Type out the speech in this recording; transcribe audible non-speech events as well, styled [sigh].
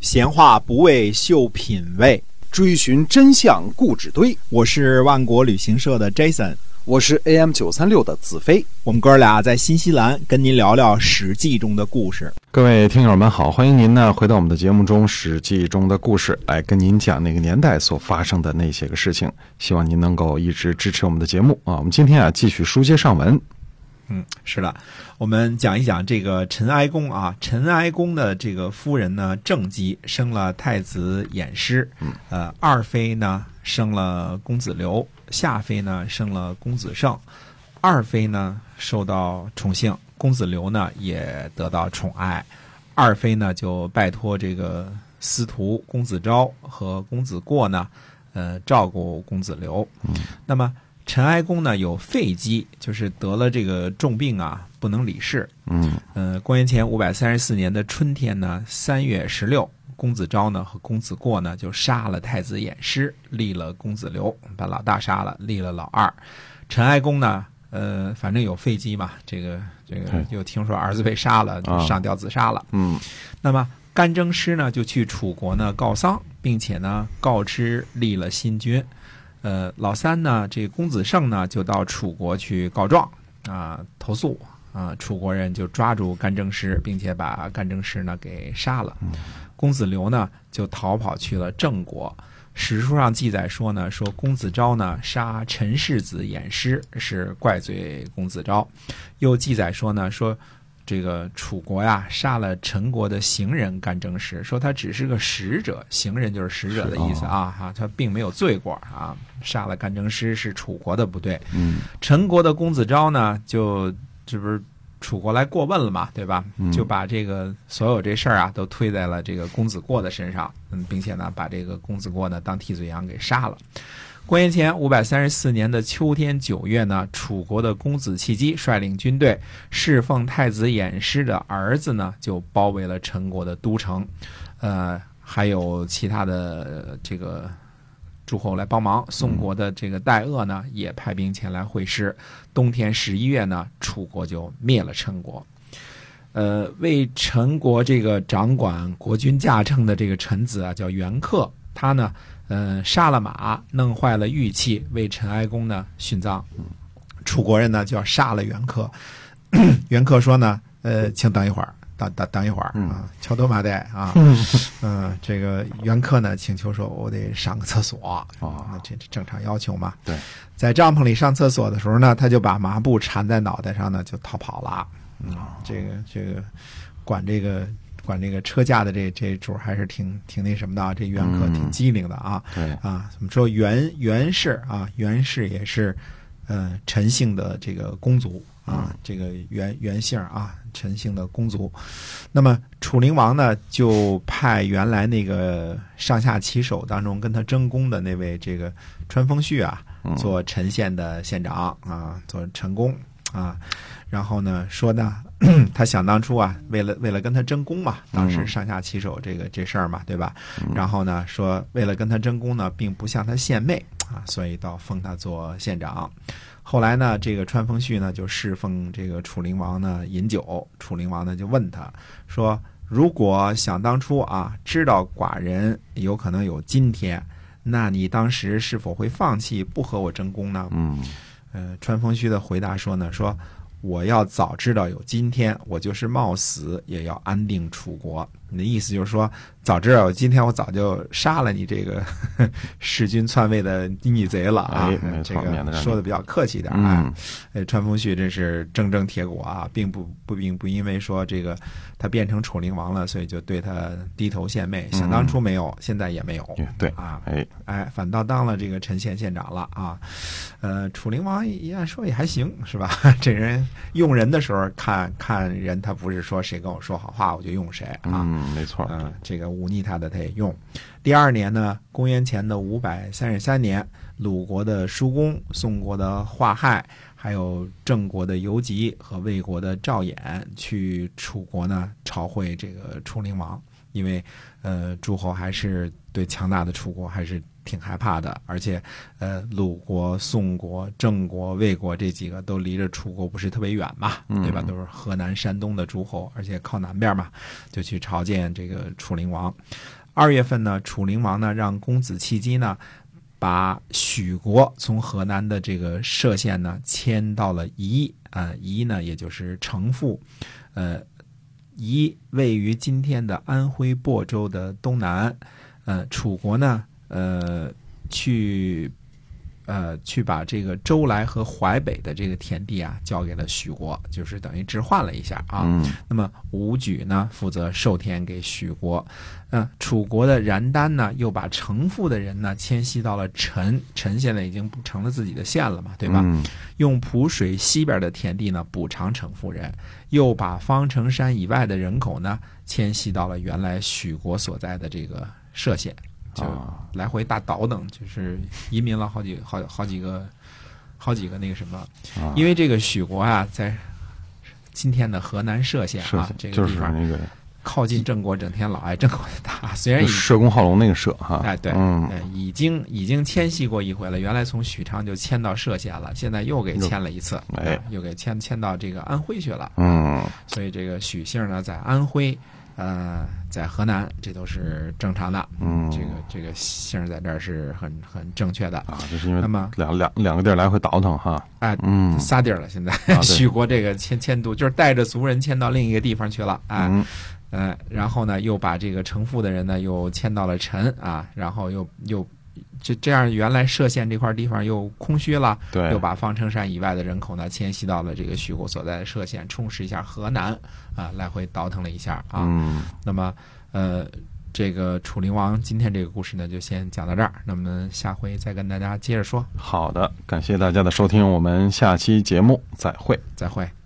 闲话不为秀品味，追寻真相故纸堆。我是万国旅行社的 Jason，我是 AM 九三六的子飞。我们哥俩在新西兰跟您聊聊《史记》中的故事。各位听友们好，欢迎您呢回到我们的节目中，《史记》中的故事，来跟您讲那个年代所发生的那些个事情。希望您能够一直支持我们的节目啊！我们今天啊继续书接上文。嗯，是的，我们讲一讲这个陈哀公啊，陈哀公的这个夫人呢，郑姬生了太子偃师，呃，二妃呢生了公子刘，夏妃呢生了公子胜，二妃呢受到宠幸，公子刘呢也得到宠爱，二妃呢就拜托这个司徒公子昭和公子过呢，呃，照顾公子刘，那么。陈哀公呢有肺积，就是得了这个重病啊，不能理事。嗯，呃，公元前五百三十四年的春天呢，三月十六，公子昭呢和公子过呢就杀了太子偃师，立了公子刘，把老大杀了，立了老二。陈哀公呢，呃，反正有肺积嘛，这个这个对又听说儿子被杀了，就啊上吊自杀了。嗯那么干政师呢，就去楚国呢告丧，并且呢告知立了新君。呃，老三呢，这公子胜呢，就到楚国去告状啊、投诉啊、楚国人就抓住干政师，并且把干政师呢给杀了。公子刘呢，就逃跑去了郑国。史书上记载说呢，说公子昭呢杀陈氏子偃师，是怪罪公子昭。又记载说呢，说这个楚国呀杀了陈国的行人干政使，说他只是个使者，行人就是使者的意思啊，哈、他并没有罪过啊。杀了干政师是楚国的不对，嗯陈国的公子昭呢，就这不是楚国来过问了嘛，对吧？嗯就把这个所有这事儿啊，都推在了这个公子过的身上，嗯，并且呢，把这个公子过呢当替罪羊给杀了。公元前五百三十四年的秋天九月呢，楚国的公子弃机率领军队，侍奉太子偃师的儿子呢，就包围了陈国的都城，呃，还有其他的呃这个诸侯来帮忙。宋国的这个戴鄂呢，也派兵前来会师。冬天十一月呢，楚国就灭了陈国。呃，为陈国这个掌管国君驾乘的这个臣子啊，叫袁克，他呢，呃，杀了马，弄坏了玉器，为陈哀公呢殉葬。楚国人呢就要杀了袁克， [clears throat] 袁克说呢，呃，请等一会儿，等等等一会儿啊，乔多马代啊，嗯，这个袁克呢请求说，我得上个厕所，啊，这这正常要求嘛。对，在帐篷里上厕所的时候呢，他就把麻布缠在脑袋上呢，就逃跑了。嗯，这个这个管这个管这个车架的这这主儿还是挺挺那什么的啊，这袁克挺机灵的啊。对啊，怎么说袁袁氏啊，袁氏也是呃陈姓的这个公族啊，这个袁袁姓啊，陈姓的公族。那么楚灵王呢，就派原来那个上下棋手当中跟他争功的那位这个川风旭啊，做陈县的县长啊，做陈公啊。然后呢，说呢，他想当初啊，为了为了跟他争功嘛，当时上下棋手这个这事儿嘛，对吧？然后呢，说为了跟他争功呢，并不向他献媚啊，所以倒封他做县长。后来呢，这个川风旭呢就侍奉这个楚灵王呢饮酒，楚灵王呢就问他说：“如果想当初啊，知道寡人有可能有今天，那你当时是否会放弃不和我争功呢？”嗯呃，川风虚的回答说呢，说我要早知道有今天，我就是冒死也要安定楚国。你的意思就是说，早知道有今天，我早就杀了你这个 [laughs] 弑君篡位的逆贼了啊！哎没这错免得个让你说的比较客气点儿啊。嗯哎，川风旭真是铮铮铁骨啊，并不不并不因为说这个他变成楚灵王了，所以就对他低头献媚。想嗯当初没有，现在也没有。也对，啊，哎，哎，反倒当了这个陈县县长了啊。呃，楚灵王一按说也还行，是吧？ [laughs] 这人用人的时候看看人，他不是说谁跟我说好话我就用谁啊。嗯，没错，嗯，这个忤逆他的他也用。第二年呢，公元前的五百三十三年，鲁国的叔公、宋国的华亥，还有郑国的游吉和魏国的赵衍去楚国呢朝会这个楚灵王。因为呃诸侯还是对强大的楚国还是挺害怕的，而且呃鲁国、宋国、郑国、魏国这几个都离着楚国不是特别远嘛，对吧？都是河南、山东的诸侯，而且靠南边嘛，就去朝见这个楚灵王。二月份呢，楚灵王呢让公子弃姬呢。把许国从河南的这个歙县呢迁到了宜啊，宜呢也就是城父，呃，宜位于今天的安徽亳州的东南，呃，楚国呢，呃，去呃去把这个周来和淮北的这个田地啊交给了许国，就是等于置换了一下啊。嗯那么武举呢，负责授田给许国。嗯、楚国的燃丹呢，又把城父的人呢迁徙到了陈，陈现在已经不成了自己的县了嘛，对吧？嗯用蒲水西边的田地呢补偿城父人，又把方城山以外的人口呢迁徙到了原来许国所在的这个歙县，就啊来回大倒腾，就是移民了好几好好几个好几个那个什么，啊因为这个许国啊，在今天的河南歙县是啊，这个就地是方那个靠近郑国，整天老挨郑国的打，虽然已就社工好龙那个社哈，哎，对，嗯，哎已经已经迁徙过一回了。原来从许昌就迁到歙县了，现在又给迁了一次，又啊哎又给迁迁到这个安徽去了。嗯，所以这个许姓呢，在安徽，呃，在河南，这都是正常的。嗯这个这个姓儿在这儿是很很正确的。啊，这是因为那么两两两个地儿来回倒腾哈，哎，嗯仨地儿了，现在、对 [laughs] 许国这个迁迁都就是带着族人迁到另一个地方去了。哎，嗯呃，然后呢，又把这个城父的人呢又迁到了陈啊，然后又又这这样原来歙县这块地方又空虚了，对又把方城山以外的人口呢迁徙到了这个徐国所在的歙县，充实一下河南啊，来回倒腾了一下啊。嗯那么呃，这个楚灵王今天这个故事呢就先讲到这儿，那么下回再跟大家接着说，好的，感谢大家的收听，我们下期节目再会。再会。